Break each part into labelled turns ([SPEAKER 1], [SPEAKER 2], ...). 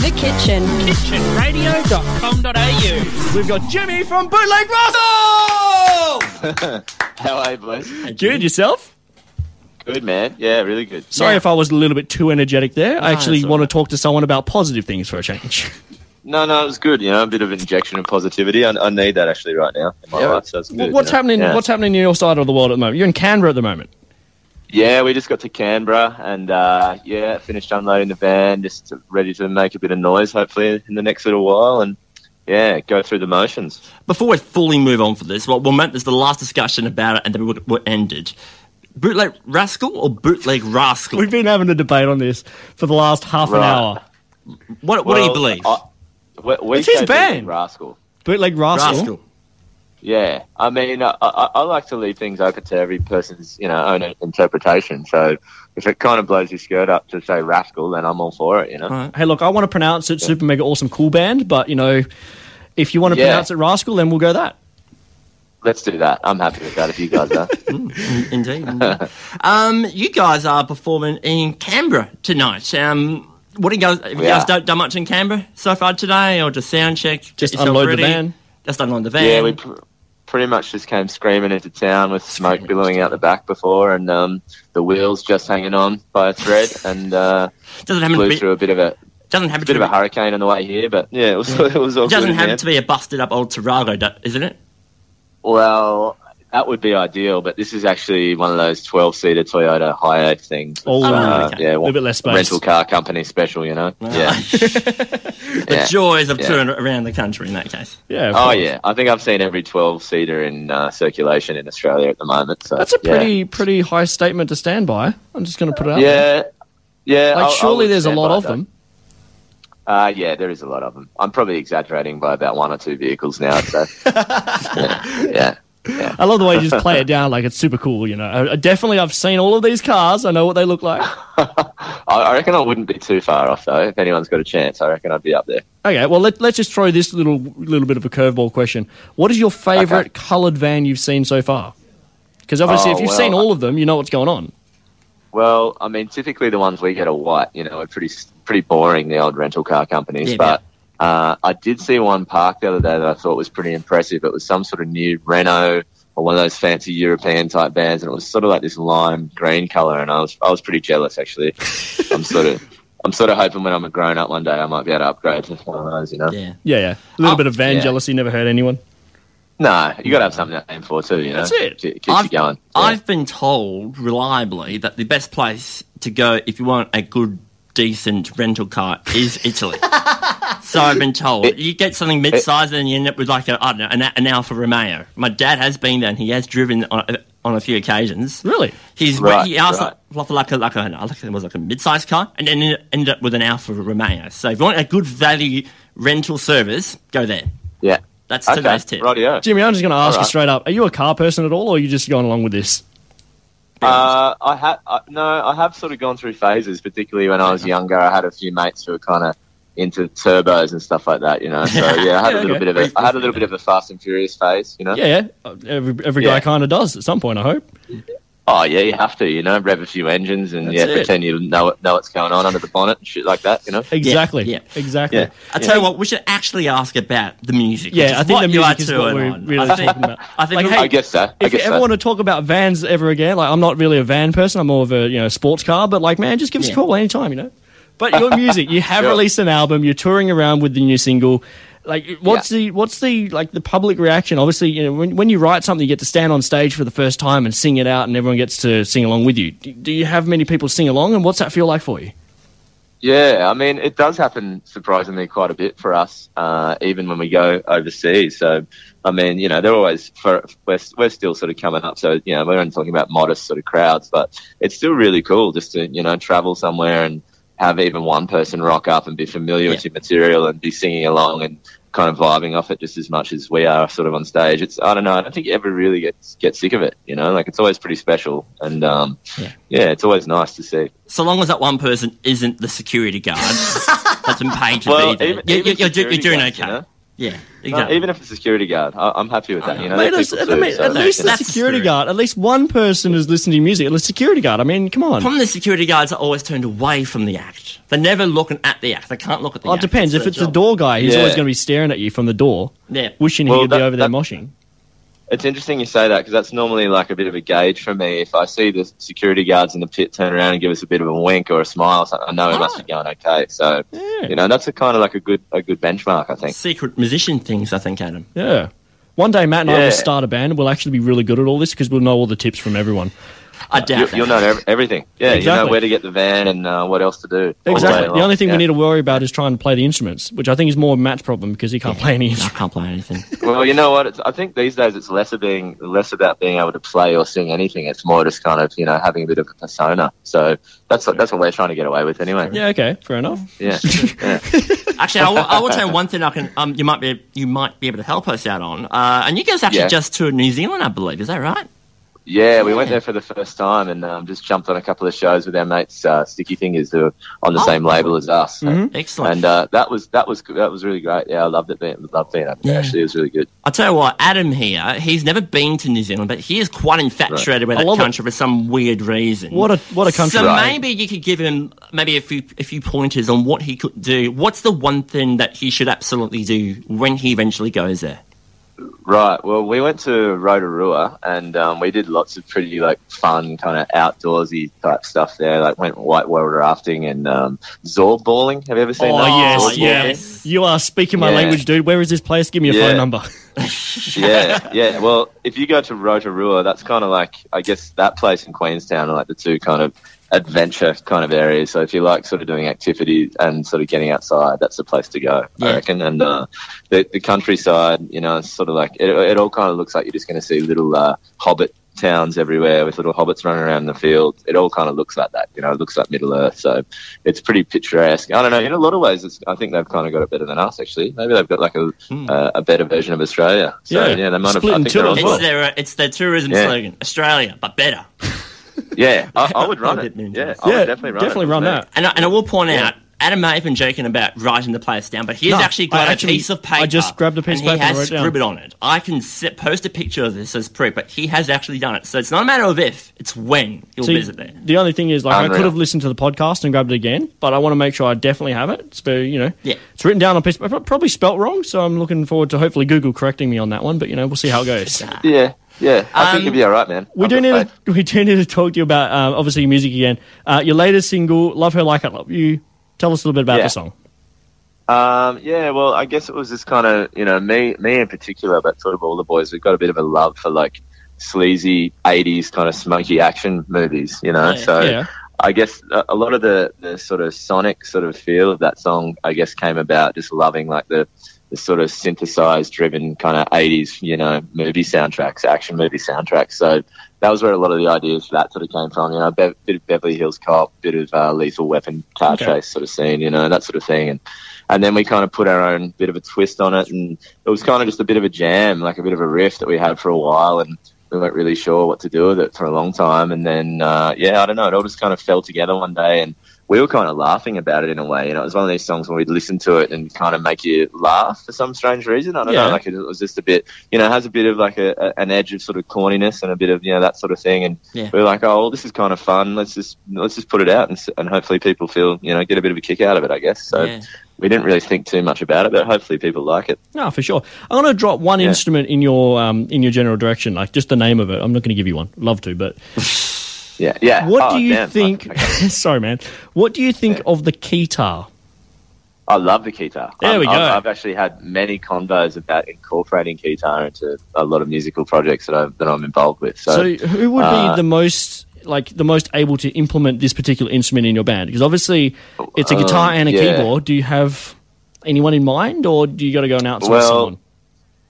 [SPEAKER 1] The Kitchen.
[SPEAKER 2] kitchenradio.com.au.
[SPEAKER 3] We've got Jimmy from Bootleg Russell.
[SPEAKER 4] How are you, boys?
[SPEAKER 3] Good yourself.
[SPEAKER 4] Good, man. Yeah, really good.
[SPEAKER 3] Sorry if I was a little bit too energetic there. I actually
[SPEAKER 4] it's all
[SPEAKER 3] want
[SPEAKER 4] right.
[SPEAKER 3] to talk to someone about positive things for a change.
[SPEAKER 4] No, no, it was good. You know, a bit of injection of positivity. I, I need that actually right now in my
[SPEAKER 3] Yeah.
[SPEAKER 4] life. So it's
[SPEAKER 3] Wha-
[SPEAKER 4] good,
[SPEAKER 3] what's
[SPEAKER 4] you know?
[SPEAKER 3] happening?
[SPEAKER 4] Yeah.
[SPEAKER 3] What's happening in your side of the world at the moment? You're in Canberra at the moment.
[SPEAKER 4] Yeah, we just got to Canberra and uh, yeah, finished unloading the van, just to- ready to make a bit of noise, hopefully in the next little while, and yeah, go through the motions.
[SPEAKER 5] Before we fully move on for this, well, we'll make this the last discussion about it and then we'll, we'll end it. Bootleg Rascal or Bootleg Rascal?
[SPEAKER 3] We've been having a debate on this for the last half an
[SPEAKER 4] Right.
[SPEAKER 3] hour.
[SPEAKER 5] What, what do you
[SPEAKER 4] Well,
[SPEAKER 5] believe?
[SPEAKER 3] uh,
[SPEAKER 4] I- we, we
[SPEAKER 3] It's his
[SPEAKER 4] say Bootleg
[SPEAKER 3] band.
[SPEAKER 4] rascal.
[SPEAKER 3] Bootleg rascal.
[SPEAKER 5] Rascal.
[SPEAKER 4] Yeah, I mean, I, I, I like to leave things open to every person's you know own interpretation. So if it kind of blows your skirt up to say rascal, then I'm all for it. You know.
[SPEAKER 3] Hey, look, I want to pronounce it super mega awesome cool band, but you know, if you want to
[SPEAKER 4] Yeah.
[SPEAKER 3] pronounce it rascal, then we'll go that.
[SPEAKER 4] Let's do that. I'm happy with that if you guys are.
[SPEAKER 5] Mm, Indeed. indeed. um, you guys are performing in Canberra tonight. Um, what do you guys? Have you
[SPEAKER 4] Yeah.
[SPEAKER 5] guys done, done much in Canberra so far today, or just sound check? get
[SPEAKER 3] Just
[SPEAKER 5] yourself
[SPEAKER 3] unload the
[SPEAKER 5] ready?
[SPEAKER 3] van.
[SPEAKER 5] Just unload the van.
[SPEAKER 4] yeah, we pr- pretty much just came screaming into town with smoke
[SPEAKER 5] Screaming
[SPEAKER 4] billowing
[SPEAKER 5] into
[SPEAKER 4] out the back before, and um, the wheels just hanging on by a thread, and uh,
[SPEAKER 5] doesn't happen to
[SPEAKER 4] blew
[SPEAKER 5] be,
[SPEAKER 4] through a bit of a
[SPEAKER 5] doesn't happen
[SPEAKER 4] bit
[SPEAKER 5] to
[SPEAKER 4] of a
[SPEAKER 5] be,
[SPEAKER 4] hurricane on the way here. But yeah, it was, it was all good
[SPEAKER 5] doesn't
[SPEAKER 4] in the
[SPEAKER 5] happen
[SPEAKER 4] end.
[SPEAKER 5] to be a busted up old Tarago, do- isn't it?
[SPEAKER 4] Well, that would be ideal, but this is actually one of those 12 seater Toyota high eight things.
[SPEAKER 3] Oh,
[SPEAKER 4] Uh,
[SPEAKER 5] okay.
[SPEAKER 4] yeah,
[SPEAKER 3] A little bit less space.
[SPEAKER 4] rental car company special, you know? Yeah.
[SPEAKER 5] the
[SPEAKER 4] Yeah.
[SPEAKER 5] joys of
[SPEAKER 4] Yeah.
[SPEAKER 5] touring around the country in that case.
[SPEAKER 3] Yeah. of
[SPEAKER 4] Oh,
[SPEAKER 3] course.
[SPEAKER 4] yeah. I think I've seen every 12 seater in uh, circulation in Australia at the moment. So
[SPEAKER 3] That's a
[SPEAKER 4] yeah.
[SPEAKER 3] pretty pretty high statement to stand by. I'm just going to put it out. there.
[SPEAKER 4] Yeah. Yeah.
[SPEAKER 3] Oh, Like
[SPEAKER 4] I'll-
[SPEAKER 3] surely
[SPEAKER 4] I'll
[SPEAKER 3] there's a
[SPEAKER 4] stand
[SPEAKER 3] lot
[SPEAKER 4] by
[SPEAKER 3] of
[SPEAKER 4] that.
[SPEAKER 3] them.
[SPEAKER 4] Uh, yeah, there is a lot of them. I'm probably exaggerating by about one or two vehicles now. So, yeah. yeah.
[SPEAKER 3] I love the way you just play it down like it's super cool. You know, I, I definitely I've seen all of these cars. I know what they look like.
[SPEAKER 4] I, I reckon I wouldn't be too far off, though. If anyone's got a chance, I reckon I'd be up there.
[SPEAKER 3] Okay, well let, let's just throw this little little bit of a curveball question. What is your favorite
[SPEAKER 4] Okay.
[SPEAKER 3] coloured van you've seen so far? Because obviously,
[SPEAKER 4] Oh,
[SPEAKER 3] if you've
[SPEAKER 4] well,
[SPEAKER 3] seen
[SPEAKER 4] I-
[SPEAKER 3] all of them, you know what's going on.
[SPEAKER 4] Well, I mean, typically the ones we get are white. You know, are pretty pretty boring. The old rental car companies,
[SPEAKER 5] Yeah,
[SPEAKER 4] but uh, I did see one parked the other day that I thought was pretty impressive. It was some sort of new Renault or one of those fancy European type vans, and it was sort of like this lime green color. And I was I was pretty jealous actually. I'm sort of. I'm sort of hoping when I'm a grown up one day I might be able to upgrade to one of those, you know?
[SPEAKER 5] Yeah.
[SPEAKER 3] Yeah, yeah, a little
[SPEAKER 5] Oh,
[SPEAKER 3] bit of van
[SPEAKER 4] Uh, yeah.
[SPEAKER 3] jealousy. Never hurt anyone.
[SPEAKER 4] No, you got to have something to aim for too, you know?
[SPEAKER 3] That's it.
[SPEAKER 4] Keep, keeps
[SPEAKER 5] I've-
[SPEAKER 4] you going. Yeah.
[SPEAKER 5] I've been told reliably that the best place to go if you want a good, decent rental car is Italy. so I've been told. you get something mid sized and you end up with like a, I don't know, an, an Alfa Romeo. My dad has been there and he has driven on, on a few occasions.
[SPEAKER 3] Really?
[SPEAKER 5] He's
[SPEAKER 4] Right,
[SPEAKER 5] he asked
[SPEAKER 4] right.
[SPEAKER 5] for like a like a I think it was like a mid-sized car, and then it ended up with an Alfa Romeo. So if you want a good value rental service, go there.
[SPEAKER 4] yeah.
[SPEAKER 5] That's
[SPEAKER 4] Okay,
[SPEAKER 5] today's tip.
[SPEAKER 4] rightio.
[SPEAKER 3] Jimmy, I'm just going to ask you
[SPEAKER 4] Alright.
[SPEAKER 3] straight up: Are you a car person at all, or are you just going along with this?
[SPEAKER 4] Uh, I ha I, no, I have sort of gone through phases. Particularly when I was younger, I had a few mates who were kind of into turbos and stuff like that. You know, so yeah, I had
[SPEAKER 3] Yeah,
[SPEAKER 4] a little
[SPEAKER 3] okay.
[SPEAKER 4] bit of a, I had a little bit of a Fast and Furious phase. You know,
[SPEAKER 3] Yeah, yeah. Uh, Every, every guy
[SPEAKER 4] Yeah.
[SPEAKER 3] kind of does at some point. I hope.
[SPEAKER 4] oh yeah, you have to. You know, rev a few engines and
[SPEAKER 3] That's
[SPEAKER 4] yeah,
[SPEAKER 3] it.
[SPEAKER 4] pretend you know know what's going on under the bonnet and shit like that. You know,
[SPEAKER 3] Exactly.
[SPEAKER 5] yeah.
[SPEAKER 3] Exactly.
[SPEAKER 4] Yeah.
[SPEAKER 5] I tell you what, we should actually ask about the music.
[SPEAKER 3] Yeah,
[SPEAKER 5] which is
[SPEAKER 3] I think
[SPEAKER 5] what
[SPEAKER 3] the
[SPEAKER 5] you are
[SPEAKER 3] music is what
[SPEAKER 5] touring
[SPEAKER 3] we're
[SPEAKER 5] on.
[SPEAKER 3] really
[SPEAKER 5] I think,
[SPEAKER 3] talking about.
[SPEAKER 5] I think
[SPEAKER 3] Like,
[SPEAKER 5] we-
[SPEAKER 3] hey,
[SPEAKER 4] I guess so. I
[SPEAKER 3] if you
[SPEAKER 4] guess
[SPEAKER 3] ever
[SPEAKER 4] so.
[SPEAKER 3] want to talk about vans ever again, like I'm not really a van person. I'm more of a you know sports car, but like man, just give us a
[SPEAKER 5] Yeah.
[SPEAKER 3] call anytime, you know. But your music, you have
[SPEAKER 4] Sure.
[SPEAKER 3] released an album. You're touring around with the new single. Like, what's
[SPEAKER 4] Yeah.
[SPEAKER 3] the what's the like the public reaction? Obviously, you know when, when you write something, you get to stand on stage for the first time and sing it out, and everyone gets to sing along with you. Do, do you have many people sing along, and what's that feel like for you?
[SPEAKER 4] Yeah, I mean, it does happen surprisingly quite a bit for us, uh, even when we go overseas. So, I mean, you know, they're always for we're we're still sort of coming up. So, you know, we're only talking about modest sort of crowds, but it's still really cool just to you know travel somewhere and have even one person rock up and be familiar with your material and be singing along and kind of vibing off it just as much as we are sort of on stage. It's I don't know, I don't think you ever really gets get sick of it. You know, like it's always pretty special, and um,
[SPEAKER 5] Yeah.
[SPEAKER 4] yeah, it's always nice to see.
[SPEAKER 5] so long as that one person isn't the security guard that's been paid to
[SPEAKER 4] Well,
[SPEAKER 5] be there,
[SPEAKER 4] even-
[SPEAKER 5] you,
[SPEAKER 4] even
[SPEAKER 5] are doing
[SPEAKER 4] security guards,
[SPEAKER 5] okay.
[SPEAKER 4] you know?
[SPEAKER 5] Yeah,
[SPEAKER 4] No,
[SPEAKER 5] exactly.
[SPEAKER 4] even if it's a security guard, I, I'm happy with that.
[SPEAKER 5] Okay.
[SPEAKER 4] You know,
[SPEAKER 3] Mate,
[SPEAKER 4] they're
[SPEAKER 3] it's-
[SPEAKER 4] people
[SPEAKER 3] I
[SPEAKER 4] too,
[SPEAKER 3] mean,
[SPEAKER 4] so
[SPEAKER 3] at
[SPEAKER 4] they
[SPEAKER 3] least
[SPEAKER 4] can-
[SPEAKER 3] the
[SPEAKER 5] That's
[SPEAKER 3] security
[SPEAKER 5] true.
[SPEAKER 3] guard. At least one person is listening to music. At least security guard. I mean, come on.
[SPEAKER 5] From the security guards are always turned away from the act. They're never looking at the act. They can't look at the
[SPEAKER 3] Oh, it
[SPEAKER 5] act.
[SPEAKER 3] depends. If
[SPEAKER 5] their
[SPEAKER 3] it's the
[SPEAKER 5] job.
[SPEAKER 3] door guy, he's
[SPEAKER 4] Yeah.
[SPEAKER 3] always going to be staring at you from the door,
[SPEAKER 5] Yeah.
[SPEAKER 3] wishing
[SPEAKER 4] Well,
[SPEAKER 3] he'd be
[SPEAKER 4] that-
[SPEAKER 3] over there
[SPEAKER 4] that-
[SPEAKER 3] moshing.
[SPEAKER 4] It's interesting you say that because that's normally like a bit of a gauge for me. If I see the security guards in the pit turn around and give us a bit of a wink or a smile, or something, I know it must be going okay.
[SPEAKER 3] Ah.
[SPEAKER 4] So
[SPEAKER 3] Yeah.
[SPEAKER 4] you know, that's a kind of like a good a good benchmark, I think.
[SPEAKER 5] Secret musician things, I think, Adam.
[SPEAKER 3] Yeah. One day, Matt and I
[SPEAKER 4] Yeah.
[SPEAKER 3] will start a band. We'll actually be really good at all this because we'll know all the tips from everyone.
[SPEAKER 5] I doubt
[SPEAKER 4] Uh, You,
[SPEAKER 5] that.
[SPEAKER 4] you'll know ev- everything. Yeah, you
[SPEAKER 3] Exactly.
[SPEAKER 4] know where to get the van and uh, what else to do. all
[SPEAKER 3] Exactly.
[SPEAKER 4] day
[SPEAKER 3] The
[SPEAKER 4] long.
[SPEAKER 3] only thing
[SPEAKER 4] Yeah.
[SPEAKER 3] we need to worry about is trying to play the instruments, which I think is more Matt's problem because he can't play any
[SPEAKER 5] I
[SPEAKER 3] instruments.
[SPEAKER 5] can't play anything.
[SPEAKER 4] Well, you know what? It's, I think these days it's less of being less about being able to play or sing anything. It's more just kind of you know having a bit of a persona. So that's what that's what we're trying to get away with anyway.
[SPEAKER 3] Yeah, okay, fair enough.
[SPEAKER 4] Yeah. yeah.
[SPEAKER 5] Actually, I will, I will tell you one thing. I can. Um, you might be. You might be able to help us out on. Uh, and you guys actually
[SPEAKER 4] Yeah.
[SPEAKER 5] just toured New Zealand, I believe. Is that right?
[SPEAKER 4] Yeah, we went
[SPEAKER 5] Yeah.
[SPEAKER 4] there for the first time and um, just jumped on a couple of shows with our mates uh, Sticky Fingers, who are on the
[SPEAKER 5] Oh. Mm-hmm.
[SPEAKER 4] same label as us.
[SPEAKER 3] Mhm.
[SPEAKER 5] Excellent.
[SPEAKER 4] And uh, that was that was that was really great. Yeah, I loved it. Being, loved being up there.
[SPEAKER 5] Yeah.
[SPEAKER 4] Actually, it was really good.
[SPEAKER 5] I'll tell you what, Adam here, he's never been to New Zealand, but he is quite infatuated with
[SPEAKER 3] I
[SPEAKER 5] that
[SPEAKER 3] love it.
[SPEAKER 5] country for some weird reason.
[SPEAKER 3] What a- what a country.
[SPEAKER 5] So
[SPEAKER 4] Right.
[SPEAKER 5] maybe you could give him maybe a few a few pointers on what he could do. What's the one thing that he should absolutely do when he eventually goes there?
[SPEAKER 4] Right. Well, we went to Rotorua and um, we did lots of pretty like fun kind of outdoorsy type stuff there. Like went white water rafting and um, zorb balling. Have you ever seen
[SPEAKER 3] Oh,
[SPEAKER 4] that?
[SPEAKER 5] yes,
[SPEAKER 4] Zorb
[SPEAKER 5] yeah.
[SPEAKER 4] balling?
[SPEAKER 5] yes.
[SPEAKER 3] You are speaking my
[SPEAKER 4] Yeah.
[SPEAKER 3] language, dude. Where is this place? Give me a
[SPEAKER 4] Yeah.
[SPEAKER 3] phone number.
[SPEAKER 4] yeah, yeah. Well, if you go to Rotorua, that's kind of like I guess that place in Queenstown are like the two kind of adventure kind of areas. So if you like sort of doing activity and sort of getting outside, that's the place to go,
[SPEAKER 5] Yeah.
[SPEAKER 4] I reckon. And uh, the the countryside, you know, it's sort of like it, it all kind of looks like you're just going to see little uh, hobbit towns everywhere with little hobbits running around in the field. It all kind of looks like that, you know. It looks like Middle Earth, so it's pretty picturesque. I don't know. In a lot of ways, it's, I think they've kind of got it better than us. Actually, maybe they've got like a uh, a better version of Australia. So
[SPEAKER 3] Yeah.
[SPEAKER 4] yeah, they might have.
[SPEAKER 3] Split
[SPEAKER 4] I
[SPEAKER 3] in
[SPEAKER 4] think
[SPEAKER 3] two
[SPEAKER 4] they're
[SPEAKER 3] of
[SPEAKER 4] on
[SPEAKER 5] It's
[SPEAKER 3] them.
[SPEAKER 4] top.
[SPEAKER 5] their uh, it's their tourism
[SPEAKER 4] Yeah.
[SPEAKER 5] slogan, Australia, but better.
[SPEAKER 4] Yeah, I, I would run
[SPEAKER 5] I
[SPEAKER 4] it.
[SPEAKER 5] didn't
[SPEAKER 4] Yeah,
[SPEAKER 5] mean to.
[SPEAKER 4] I would
[SPEAKER 3] yeah,
[SPEAKER 4] Oh, definitely run it.
[SPEAKER 3] that.
[SPEAKER 5] And I, and I will point out, Adam may have been joking about writing the place down, but he's
[SPEAKER 3] No,
[SPEAKER 5] actually
[SPEAKER 3] I
[SPEAKER 5] got a
[SPEAKER 3] actually-
[SPEAKER 5] piece of paper.
[SPEAKER 3] I just grabbed a piece
[SPEAKER 5] and
[SPEAKER 3] of paper
[SPEAKER 5] He
[SPEAKER 3] and
[SPEAKER 5] has
[SPEAKER 3] wrote it down.
[SPEAKER 5] scribbled on it. I can sit, post a picture of this as proof, but he has actually done it. So it's not a matter of if, it's when he'll
[SPEAKER 3] See,
[SPEAKER 5] visit there.
[SPEAKER 3] the only thing is, like, I
[SPEAKER 4] Unreal.
[SPEAKER 3] could have listened to the podcast and grabbed it again, but I want to make sure I definitely have it. It's very, you know,
[SPEAKER 5] Yeah.
[SPEAKER 3] it's written down on a piece, but probably spelt wrong. So I'm looking forward to hopefully Google correcting me on that one. But you know, we'll see how it goes.
[SPEAKER 4] Yeah, yeah. I
[SPEAKER 5] Um,
[SPEAKER 4] think you'd be all right, man.
[SPEAKER 3] We
[SPEAKER 4] I've
[SPEAKER 3] do
[SPEAKER 4] got
[SPEAKER 3] need
[SPEAKER 4] faith.
[SPEAKER 3] to, we do need to talk to you about um, obviously your music again. Uh, your latest single, "Love Her Like I Love You." Tell us a little bit about
[SPEAKER 4] Yeah.
[SPEAKER 3] the song.
[SPEAKER 4] Um, yeah, well, I guess it was just kind of you know me, me in particular, but sort of all the boys. We've got a bit of a love for like sleazy '80s kind of smoky action movies, you know.
[SPEAKER 5] Yeah.
[SPEAKER 4] so
[SPEAKER 3] Yeah.
[SPEAKER 4] I guess a, a lot of the, the sort of sonic sort of feel of that song, I guess, came about just loving like the, the sort of synthesized driven kind of 80s, you know, movie soundtracks, action movie soundtracks. So that was where a lot of the ideas for that sort of came from, you know, a be- bit of Beverly Hills Cop, bit of uh, Lethal Weapon car
[SPEAKER 3] Okay.
[SPEAKER 4] chase sort of scene, you know, that sort of thing. And, and then we kind of put our own bit of a twist on it. And it was kind of just a bit of a jam, like a bit of a riff that we had for a while. And we weren't really sure what to do with it for a long time. And then, uh, yeah, I don't know. It all just kind of fell together one day. And we were kind of laughing about it in a way. You know, it was one of these songs where we'd listen to it and kind of make you laugh for some strange reason. I don't
[SPEAKER 3] Yeah.
[SPEAKER 4] know. Like it was just a bit, you know, it has a bit of like a, a, an edge of sort of corniness and a bit of, you know, that sort of thing. And
[SPEAKER 5] Yeah.
[SPEAKER 4] we were like, oh, well, this is kind of fun. Let's just, let's just put it out and, s- and hopefully people feel, you know, get a bit of a kick out of it, I guess. So
[SPEAKER 5] Yeah.
[SPEAKER 4] we didn't really think too much about it, but hopefully people like it.
[SPEAKER 3] No, for sure. I'm going to drop one
[SPEAKER 4] Yeah.
[SPEAKER 3] instrument in your um, in your general direction, like just the name of it. I'm not going to give you one. Love to, but
[SPEAKER 4] Yeah. Yeah.
[SPEAKER 3] what
[SPEAKER 4] Oh,
[SPEAKER 3] do you
[SPEAKER 4] damn.
[SPEAKER 3] think?
[SPEAKER 4] Okay.
[SPEAKER 3] sorry, man. What do you think of the keytar?
[SPEAKER 4] I love the guitar.
[SPEAKER 3] There we go.
[SPEAKER 4] I've, I've actually had many convos about incorporating guitar into a lot of musical projects that I'm, that I'm involved with. So,
[SPEAKER 3] So, who would
[SPEAKER 4] uh,
[SPEAKER 3] be the most like the most able to implement this particular instrument in your band? Because obviously, it's a guitar
[SPEAKER 4] Um,
[SPEAKER 3] and a
[SPEAKER 4] yeah.
[SPEAKER 3] keyboard. Do you have anyone in mind, or do you got to go and outsource
[SPEAKER 4] Well,
[SPEAKER 3] someone?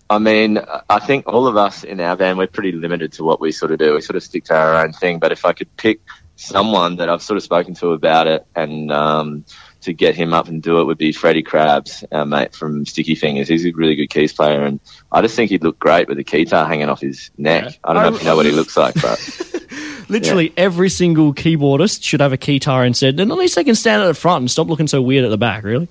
[SPEAKER 4] I mean, I think all of us in our band, we're pretty limited to what we sort of do. We sort of stick to our own thing. But if I could pick someone that I've sort of spoken to about it and um, to get him up and do it would be Freddie Krabs, our mate from Sticky Fingers. He's a really good keys player. And I just think he'd look great with a guitar hanging off his neck.
[SPEAKER 3] Yeah.
[SPEAKER 4] I don't know
[SPEAKER 3] I-
[SPEAKER 4] if you know what he looks like, but.
[SPEAKER 3] Literally every single keyboardist should have a keytar instead, and at least they can stand at the front and stop looking so weird at the back. Really,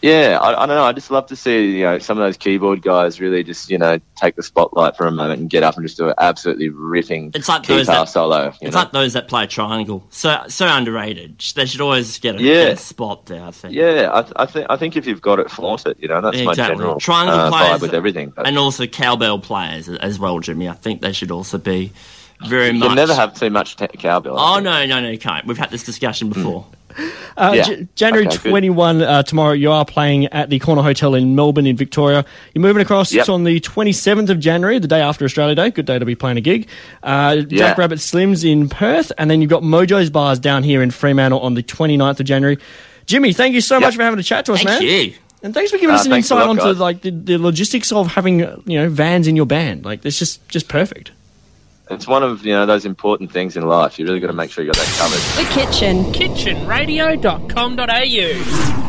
[SPEAKER 4] yeah, I, I don't know. I just love to see you know some of those keyboard guys really just you know take the spotlight for a moment and get up and just do an absolutely ripping
[SPEAKER 5] It's like
[SPEAKER 4] guitar
[SPEAKER 5] those that-
[SPEAKER 4] solo. You
[SPEAKER 5] It's
[SPEAKER 4] know?
[SPEAKER 5] like those that play triangle. So so underrated. They should always get a,
[SPEAKER 4] Yeah.
[SPEAKER 5] get a spot there. I think.
[SPEAKER 4] yeah, I, th- I think I think if you've got it, flaunt it. You know, that's my
[SPEAKER 5] Exactly.
[SPEAKER 4] general
[SPEAKER 5] Triangle
[SPEAKER 4] uh,
[SPEAKER 5] players
[SPEAKER 4] vibe with everything. But
[SPEAKER 5] And also cowbell players as well, Jimmy. I think they should also be very
[SPEAKER 4] you
[SPEAKER 5] much.
[SPEAKER 4] can never have too much t- cowbell. I
[SPEAKER 5] Oh
[SPEAKER 4] think.
[SPEAKER 5] no, no, no! You can't. We've had this discussion
[SPEAKER 4] Hmm.
[SPEAKER 5] before.
[SPEAKER 3] Uh,
[SPEAKER 4] Yeah.
[SPEAKER 3] J- January
[SPEAKER 4] Okay, good.
[SPEAKER 3] 21 uh, tomorrow, you are playing at the Corner Hotel in Melbourne, in Victoria. You're moving across.
[SPEAKER 4] Yep.
[SPEAKER 3] It's on the 27th of January, the day after Australia Day. Good day to be playing a gig. Uh,
[SPEAKER 4] Yeah.
[SPEAKER 3] Jack Rabbit Slims in Perth. And then you've got Mojo's Bars down here in Fremantle on the 29th of January. Jimmy, thank you so much for having a chat to us,
[SPEAKER 5] Thank
[SPEAKER 3] man.
[SPEAKER 5] you.
[SPEAKER 3] And thanks for giving
[SPEAKER 4] Uh,
[SPEAKER 3] us an
[SPEAKER 4] thanks a
[SPEAKER 3] insight
[SPEAKER 4] lot,
[SPEAKER 3] onto
[SPEAKER 4] guys.
[SPEAKER 3] like the, the logistics of having uh, you know vans in your band. Like it's just just perfect.
[SPEAKER 4] It's one of you know those important things in life. You really got to make sure you got that covered.
[SPEAKER 1] The kitchen.
[SPEAKER 2] kitchenradio.com.au.